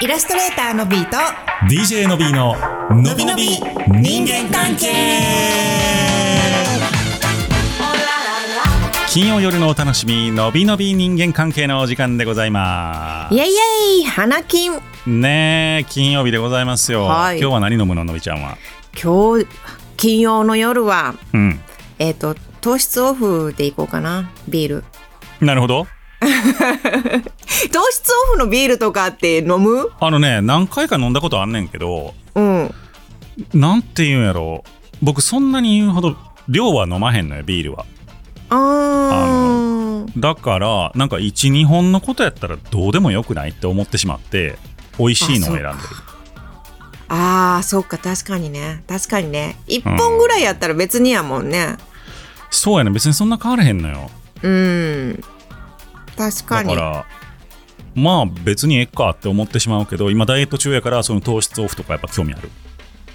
イラストレーターのビーと DJ のびーののびのび人間関係金曜夜のお楽しみのびのび人間関係のお時間でございまイエイイエイ花金今すねえ金曜日でございますよ、はい今日は何飲むののびちゃんは日金曜の夜はうんえっ、と糖質オフでいこうかなビールなるほど糖質オフのビールとかって飲むあのね何回か飲んだことあんねんけどうんなんて言うんやろ僕そんなに言うほど量は飲まへんのよビールはあーだからなんか12本のことやったらどうでもよくないって思ってしまって美味しいのを選んでるあーそっか確かにね確かにね1本ぐらいやったら別にやもんねそうやね別にそんな変わらへんのようん、確かだかにらまあ別にええかって思ってしまうけど今ダイエット中やからその糖質オフとかやっぱ興味ある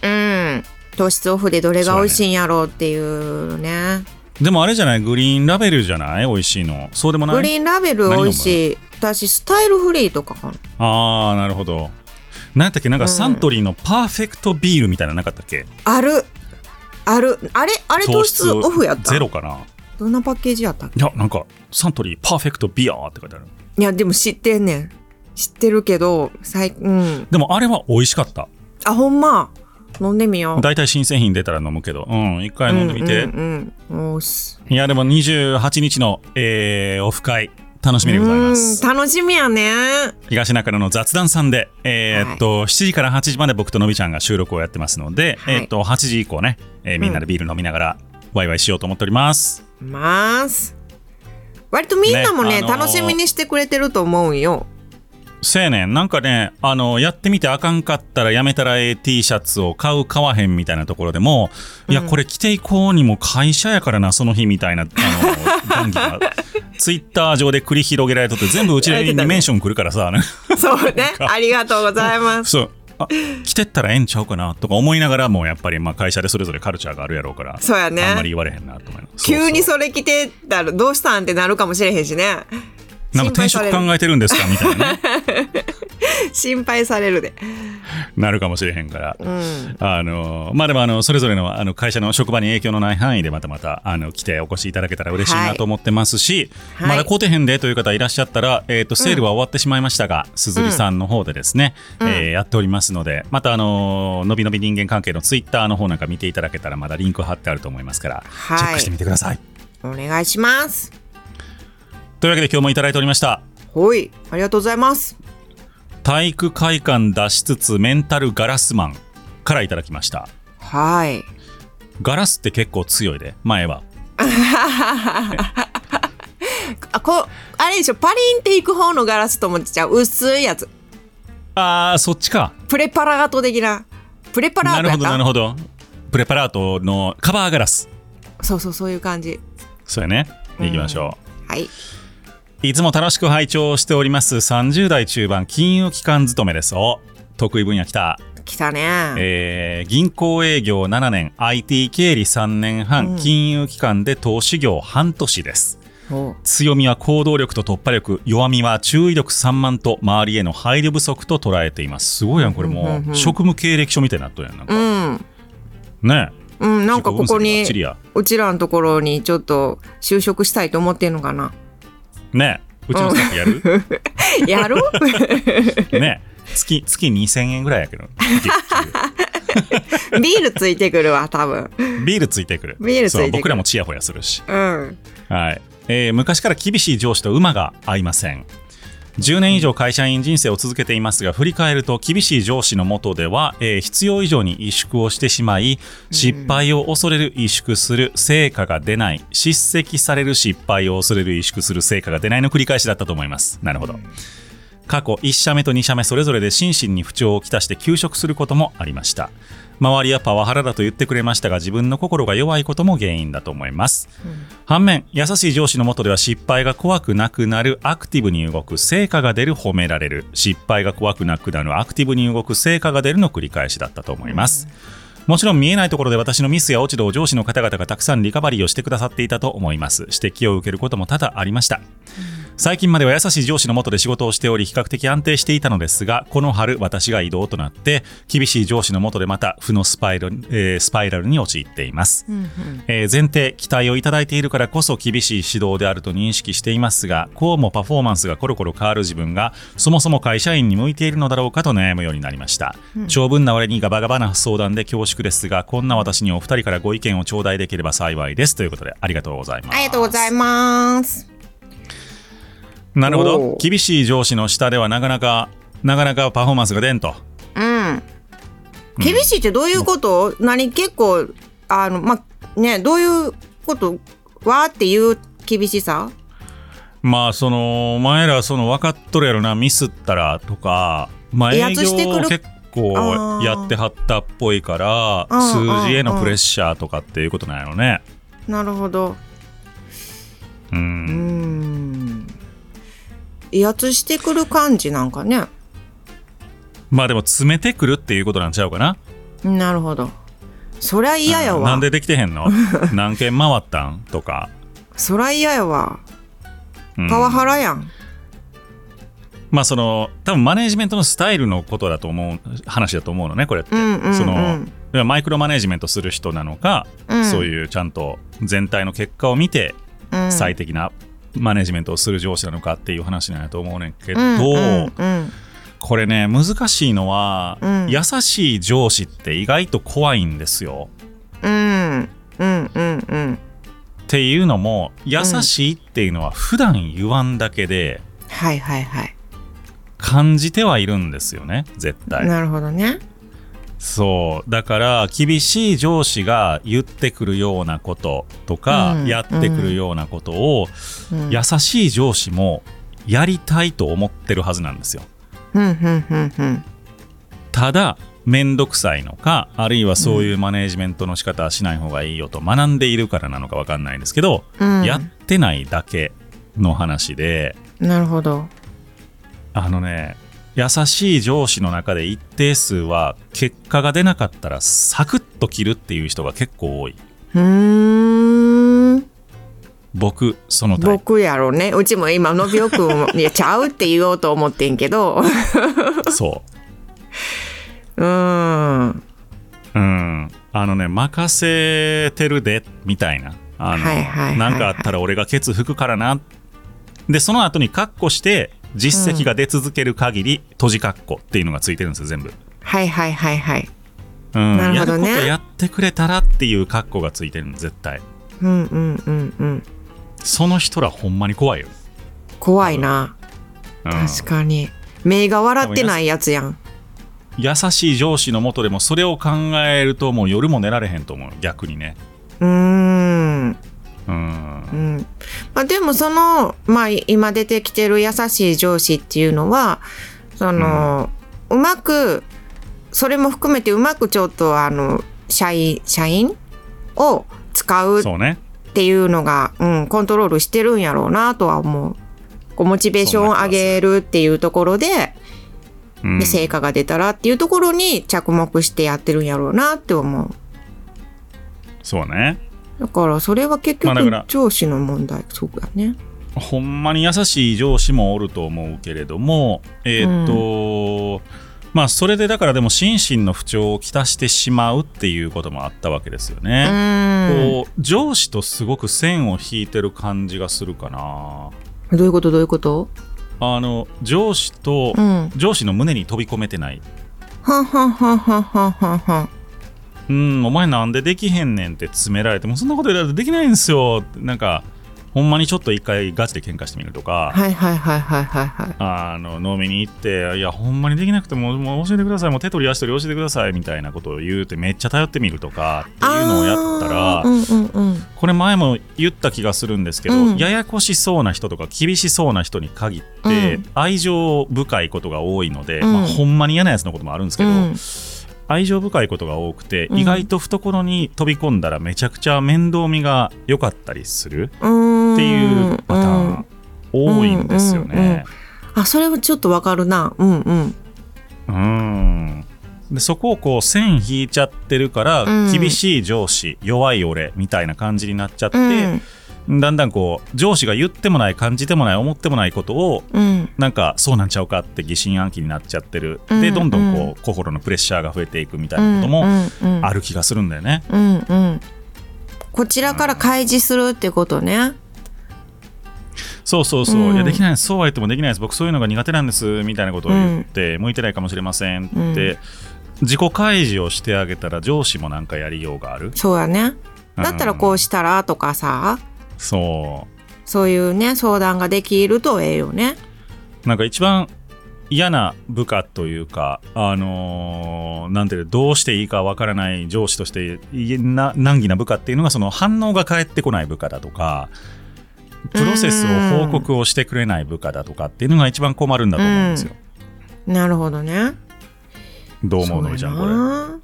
うん糖質オフでどれが美味しいんやろうっていうねでもあれじゃないグリーンラベルじゃない美味しいのそうでもグなリいーンラベル美味しい私スタイルフリーとかかなああなるほど何やったっけなんかサントリーのパーフェクトビールみたいなのなかったっけ、あるあるあれあれ糖質オフやったゼロかなどんなパッケージやったっけいやなんかサントリーパーフェクトビアーって書いてあるいやでも知ってんねん知ってるけど最うんでもあれは美味しかったあほんま飲んでみよう大体新製品出たら飲むけどうん一回飲んでみて、うんうんうん、おしいやでも28日の、えーオフ会楽しみでございますうん楽しみやね東中野の雑談さんで、えーはいっと7時から8時まで僕とのびちゃんが収録をやってますので、はいえーっと8時以降ね、えーみんなでビール飲みながらワイワイしようと思っております、ます割とみんなもねねあのー楽しみにしてくれてると思うん よせやねんなんかねあのやってみてあかんかったらやめたらええ T シャツを買う買わへんみたいなところでも、いやこれ着ていこうにも会社やからなその日みたいなあの 談義がツイッター上で繰り広げられとって全部うちらにメンション来るからさ、なんかそうねありがとうございますそうあ着てったらええんちゃうかなとか思いながらもやっぱりまあ会社でそれぞれカルチャーがあるやろうからそうやねあんまり言われへんなと思います急にそうそれ着てたらどうしたんってなるかもしれへんしねそうなんか転職考えてるんですかみたいなね心配されるでなるかもしれへんから。うんあのまあでもあのそれぞれのあの会社の職場に影響のない範囲でまたまたあの来てお越しいただけたら嬉しいはないと思ってますし、はいまだ来てへんでという方いらっしゃったら、えー、とセールは終わってしまいましたが、すずりさんの方でですね、えーやっておりますのでまたあののびのび人間関係のツイッターの方なんか見ていただけたらまだリンク貼ってあると思いますから、はいチェックしてみてください。お願いしますというわけで今日もいただいておりましたほいありがとうございます体育会館出しつつメンタルガラスマンからいただきましたはいガラスって結構強いで前はあこあれでしょパリンっていく方のガラスと思ってちゃう薄いやつあーそっちかプレパラガト的なプレパラなートるやほっどなたるほどプレパラートのカバーガラスそうそうそういう感じそうやねいきましょう、はいいつも楽しく拝聴しております30代中盤金融機関勤めですお得意分野きた、来たねえー銀行営業7年 IT 経理3年半、金融機関で投資業半年ですお強みは行動力と突破力弱みは注意力散漫と周りへの配慮不足と捉えていますすごいやんこれうんもうんううん職務経歴書みたいになっとるやんなんうかんねうんなんかここ自己分析バにッチリやうちらのところにちょっと就職したいと思ってんのかなえねえうちのスタッフやる、や ろうねえ月月2000円ぐらいやけどビールついてくるわ多分ビールついてくるビールついてくるそう僕らもチヤホヤするしうんはい、えー昔から厳しい上司と馬が合いません10年以上会社員人生を続けていますが振り返ると厳しい上司のもとでは、えー必要以上に萎縮をしてしまい失敗を恐れる萎縮する成果が出ない叱責される失敗を恐れる萎縮する成果が出ないの繰り返しだったと思いますなるほど過去1社目と2社目それぞれで心身に不調をきたして休職することもありました周りはパワハラだと言ってくれましたが自分の心が弱いことも原因だと思います、反面優しい上司の下では失敗が怖くなくなるアクティブに動く成果が出る褒められる失敗が怖くなくなるアクティブに動く成果が出るの繰り返しだったと思います、もちろん見えないところで私のミスや落ち度を上司の方々がたくさんリカバリーをしてくださっていたと思います指摘を受けることも多々ありました、最近までは優しい上司の下で仕事をしており比較的安定していたのですがこの春私が異動となって厳しい上司の下でまた負のスパイラル,、えースパイラルに陥っています、えー前提期待をいただいているからこそ厳しい指導であると認識していますがこうもパフォーマンスがコロコロ変わる自分がそもそも会社員に向いているのだろうかと悩むようになりました、長文な割にガバガバな相談で恐縮ですがこんな私にお二人からご意見を頂戴できれば幸いですということでありがとうございますありがとうございます。なるほどおー厳しい上司の下ではなかなかなかなかパフォーマンスが出んとうん。厳しいってどういうこと、何結構、あの、ま、ね、どういうことわーっていう厳しさまあそのお前らその分かっとるやろなミスったらとかまあ威営圧業してくるを結構やってはったっぽいからあー数字へのプレッシャーとかっていうことなんやろねなるほど。ううんん。威圧してくる感じなんかね。まあでも詰めてくるっていうことなんちゃうかななるほど。そりゃ嫌やうんわ。なんでできて へんの何件回ったんとか、そりゃ嫌やわ。うんパワハラやん。まあその多分マネージメントのスタイルのことだと思う話だと思うのねこれって、うんうんうんそのいやマイクロマネージメントする人なのか、うんそういうちゃんと全体の結果を見てうん最適なマネージメントをする上司なのかっていう話なんやと思うねんけど、うんうんうんこれね難しいのは、うん優しい上司って意外と怖いんですよ。うんうんうんうんっていうのも優しいっていうのは普段言わんだけではいはいはい、感じてはいるんですよね絶対。なるほどねそうだから厳しい上司が言ってくるようなこととか、うんやってくるようなことを、うん優しい上司もやりたいと思ってるはずなんですようんうんうんうんただ面倒くさいのかあるいはそういうマネージメントの仕方はしない方がいいよと学んでいるからなのか分かんないんですけど、うんやってないだけの話でなるほどあのね優しい上司の中で一定数は結果が出なかったらサクッと切るっていう人が結構多いうーん僕そのタイプ僕やろうねうちも今のびおくんもいやちゃうって言おうと思ってんけ どそうーんううんあのね任せてるでみたいなあの、はいはいはいはいなんかあったら俺がケツ吹くからなでその後にカッコして実績が出続ける限り、閉じカッコっていうのがついてるんですよ全部、はいはいはいはいうんなるほどねやることやってくれたらっていうカッコがついてるの絶対うんうんうんうんその人らほんまに怖いよ、怖いな、うん確かに目が笑ってないやつやん優しい上司のもとでもそれを考えるともう夜も寝られへんと思う逆にねうーんううんんまあ、でもその、まあ、い今出てきてる優しい上司っていうのはその、うまくそれも含めてうまくちょっとあの社員社員を使うっそうねていうのがう、ん、コントロールしてるんやろうなとは思う。こうモチベーションを上げるっていうところでうんで成果が出たらっていうところに着目してやってるんやろうなって思う。そうねだからそれは結まあだから局上司の問題、そうだね。ほんまに優しい上司もおると思うけれども、えーっと、まあ、それでだからでも心身の不調をきたしてしまうっていうこともあったわけですようね。んこう上司とすごく線を引いてる感じがするかな。どういうことどういうことあの上司と、うん。上司の胸に飛び込めてない。はんはんはんはんはんはんはん。うん、お前なんでできへんねんって詰められてもうそんなこと言われたらできないんですよ。なんかほんまにちょっと一回ガチで喧嘩してみるとか。はいはいはいはいはいはい。あの飲みに行って、いや、ほんまにできなくても、もう教えてください、もう手取り足取り教えてくださいみたいなことを言うて、めっちゃ頼ってみるとかっていうのをやったら、あーうんうんうん。これ、前も言った気がするんですけど、うんややこしそうな人とか、厳しそうな人に限って、うん愛情深いことが多いので、うんまあ、ほんまに嫌なやつのこともあるんですけど、うん愛情深いことが多くて、うん意外と懐に飛び込んだら、めちゃくちゃ面倒見が良かったりするうんっていうパターン、うん多いんですよね。うんうんうんあ、それはちょっとわかるな。うんうん。うんでそこをこう線引いちゃってるから、うん厳しい上司弱い俺みたいな感じになっちゃって、うんだんだんこう上司が言ってもない感じてもない思ってもないことをうんなんかそうなんちゃうかって疑心暗鬼になっちゃってる、うんうでんどんどんこう心のプレッシャーが増えていくみたいうんなこともうんある気がするんだよね。うんうんこちらから開示するってことねそうそうそう、うんいやできないですそうは言ってもできないです僕そういうのが苦手なんですみたいなことを言って、向いてないかもしれませんって、うん自己開示をしてあげたら上司もなんかやりようがある。そうやねだったらこううんしたらとかさそうそういうね相談ができるとええよねなんか一番嫌な部下というか、あのーなんていうのどうしていいかわからない上司としていな難儀な部下っていうのがその反応が返ってこない部下だとかプロセスを報告をしてくれない部下だとかっていうのが一番困るんだと思うんですよ。なるほどねどう思うのみちゃんこそうやれ。な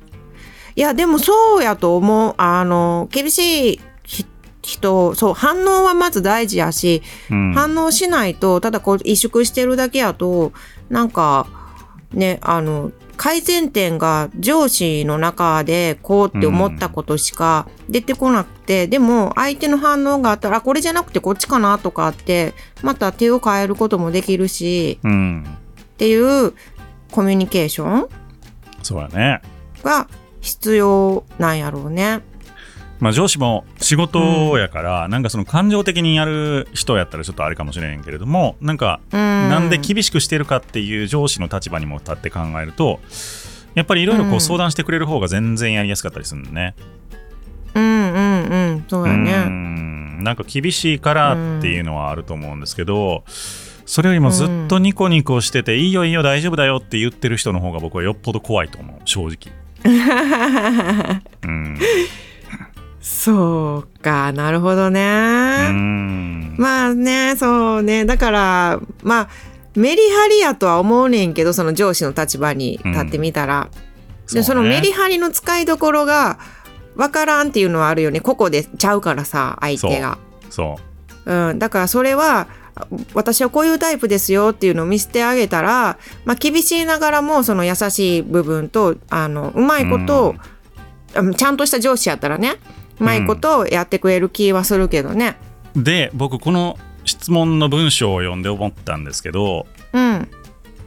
いやでもそうやと思うあの厳しいひ人そう反応はまず大事やし、うん反応しないとただこう萎縮してるだけやとなんかねあの改善点が上司の中でこうって思ったことしか出てこなくて、でも相手の反応があったらあこれじゃなくてこっちかなとかってまた手を変えることもできるしうん、っていうコミュニケーションそうだね。が必要なんやろうね。まあ、上司も仕事やから、なんかその感情的にやる人やったらちょっとあれかもしれへんけれどもなんかうん、なんで厳しくしてるかっていう上司の立場にも立って考えるとやっぱりいろいろうこんう相談してくれる方が全然やりやすかったりするのね。うんうんうんそううやーね。んなんか厳しいからっていうのはあると思うんですけどそれよりもずっとニコニコしてて「いいよいいよ大丈夫だよ」って言ってる人の方が僕はよっぽど怖いと思う正直。 うんそうかなるほどね。うーんまあねそうねだからまあメリハリやとは思うねんけどその上司の立場に立ってみたら、うねでそのメリハリの使いどころがわからんっていうのはあるよね個々でちゃうからさ相手が。そうん、だからそれはあ私はこういうタイプですよっていうのを見せてあげたら、まあ、厳しいながらもその優しい部分とあのうまいことを、あちゃんとした上司やったらねうまいことをやってくれる気はするけどね。うで僕この質問の文章を読んで思ったんですけどうん、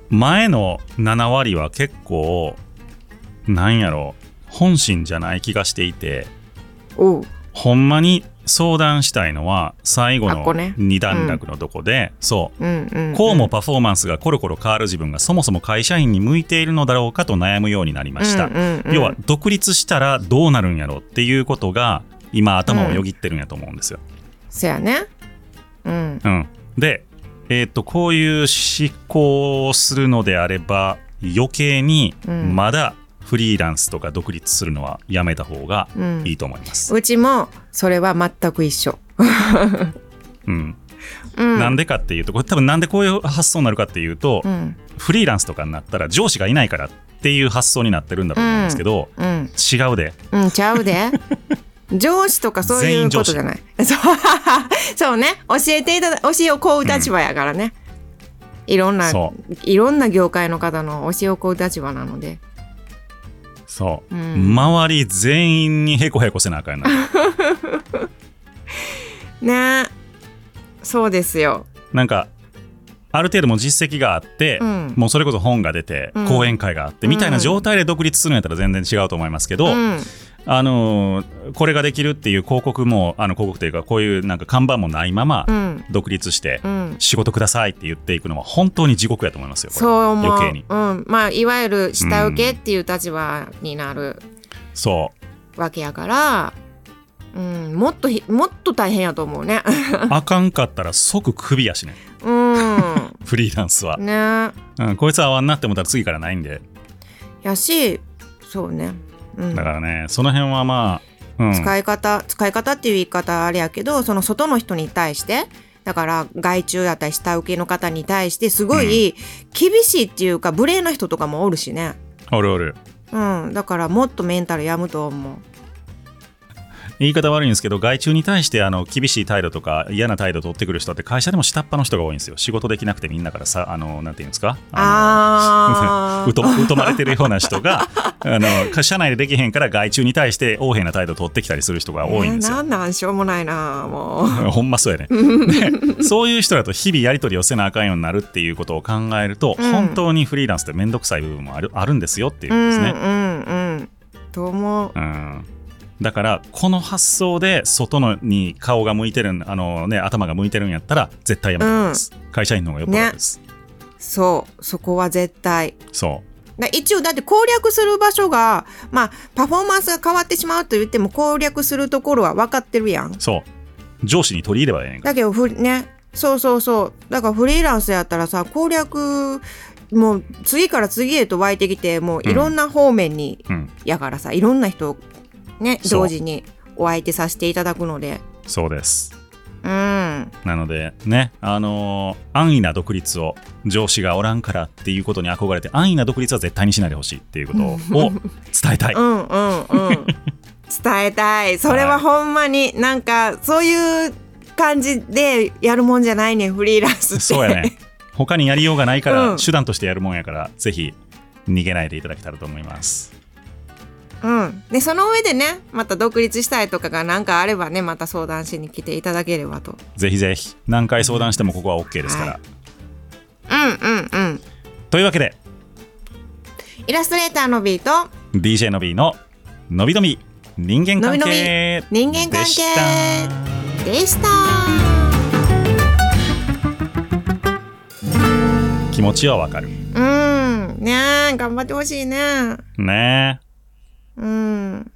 前の7割は結構なんやろ本心じゃない気がしていておうほんまに相談したいのは最後あのこね二段落のとこで、そうんうん、うこうもパフォーマンスがコロコロ変わる自分がそもそも会社員に向いているのだろうかと悩むようになりました、うんうんうん要は独立したらどうなるんやろっていうことが今頭をよぎってるんやと思うんですよ、そやね。うんうん、で、えー、とこういう思考をするのであれば余計にうんまだフリーランスとか独立するのはやめた方がうんいいと思います。うちもそれは全く一緒。うんうん、なんで、でかっていうとこれ多分なんでこういう発想になるかっていうと、うんフリーランスとかになったら上司がいないからっていう発想になってるんだと思うんですけど、うん違うでうん、ちゃう で。上司とかそういうことじゃない。そうそう ね。教えていただ、教えを請う立場やからね。いろんな、そいろんな業界の方の教えを請う立場なので。そう、うん周り全員にへこへこせなあかんやなねそうですよ。なんかある程度もう実績があって、うんもうそれこそ本が出て、うん講演会があってみたいな状態で独立するんやったら全然違うと思いますけど、うん、あのーこれができるっていう広告もあの広告というかこういうなんか看板もないままうん、独立してうん。仕事くださいって言っていくのは本当に地獄やと思いますよ。これそう思う。余計にうん、まあ、いわゆる下請けっていう立場になるそうわけやから。うん、もっとひ、もっと大変やと思うね。 あかんかったら即クビやしねうん。フリーランスは、ね。うん、こいつは合わんなって思ったら次からないんでやしそうね、うん、だからねその辺はまあ、うん、使い方使い方っていう言い方あれやけどその外の人に対してだから外注やったり下請けの方に対してすごい厳しいっていうか無礼な人とかもおるしね、おるおるうん、だからもっとメンタルやむと思う言い方悪いんですけど外注に対してあの厳しい態度とか嫌な態度を取ってくる人って会社でも下っ端の人が多いんですよ仕事できなくてみんなからさあのなんていうんですかあの うと疎まれてるような人があの社内でできへんから外注に対して横柄な態度を取ってきたりする人が多いんですよえー、なんなんしょうもないなもうほんまそうやねでそういう人だと日々やり取りをせなあかんようになるっていうことを考えると、うん本当にフリーランスって面倒くさい部分もあるあるん ですよっていううことんですうね。んうんどうもうんだからこの発想で外のに顔が向いてるんあの、ね、頭が向いてるんやったら絶対やめた方がいいです、会社員の方がよっぽどです、そうそこは絶対そだ一応だって攻略する場所がまあパフォーマンスが変わってしまうと言っても攻略するところは分かってるやんうそう上司に取り入ればええねんからだけどふねそうそうそうだからフリーランスやったらさ攻略もう次から次へと湧いてきてもういろんな方面に、うんやからさいろんな人をねそう同時にお相手させていただくのでそうですうんなのでね、あのー安易な独立を上司がおらんからっていうことに憧れて安易な独立は絶対にしないでほしいっていうことをを伝えたい。うんうんうん伝えたいそれはほんまになんかそういう感じでやるもんじゃないねんフリーランスってそうやね他にやりようがないから、うん手段としてやるもんやからぜひ逃げないでいただけたらと思います。 うんでその上でねまた独立したいとかがなんかあればねまた相談しに来ていただければとぜひぜひ何回相談してもここは OK ですから。はうんうんうんというわけでイラストレーターのビート DJ の B の「のびのび人間関係」のびのび人間関係でしたでした気持ちはわかる。うんねえ頑張ってほしいねねえ。うん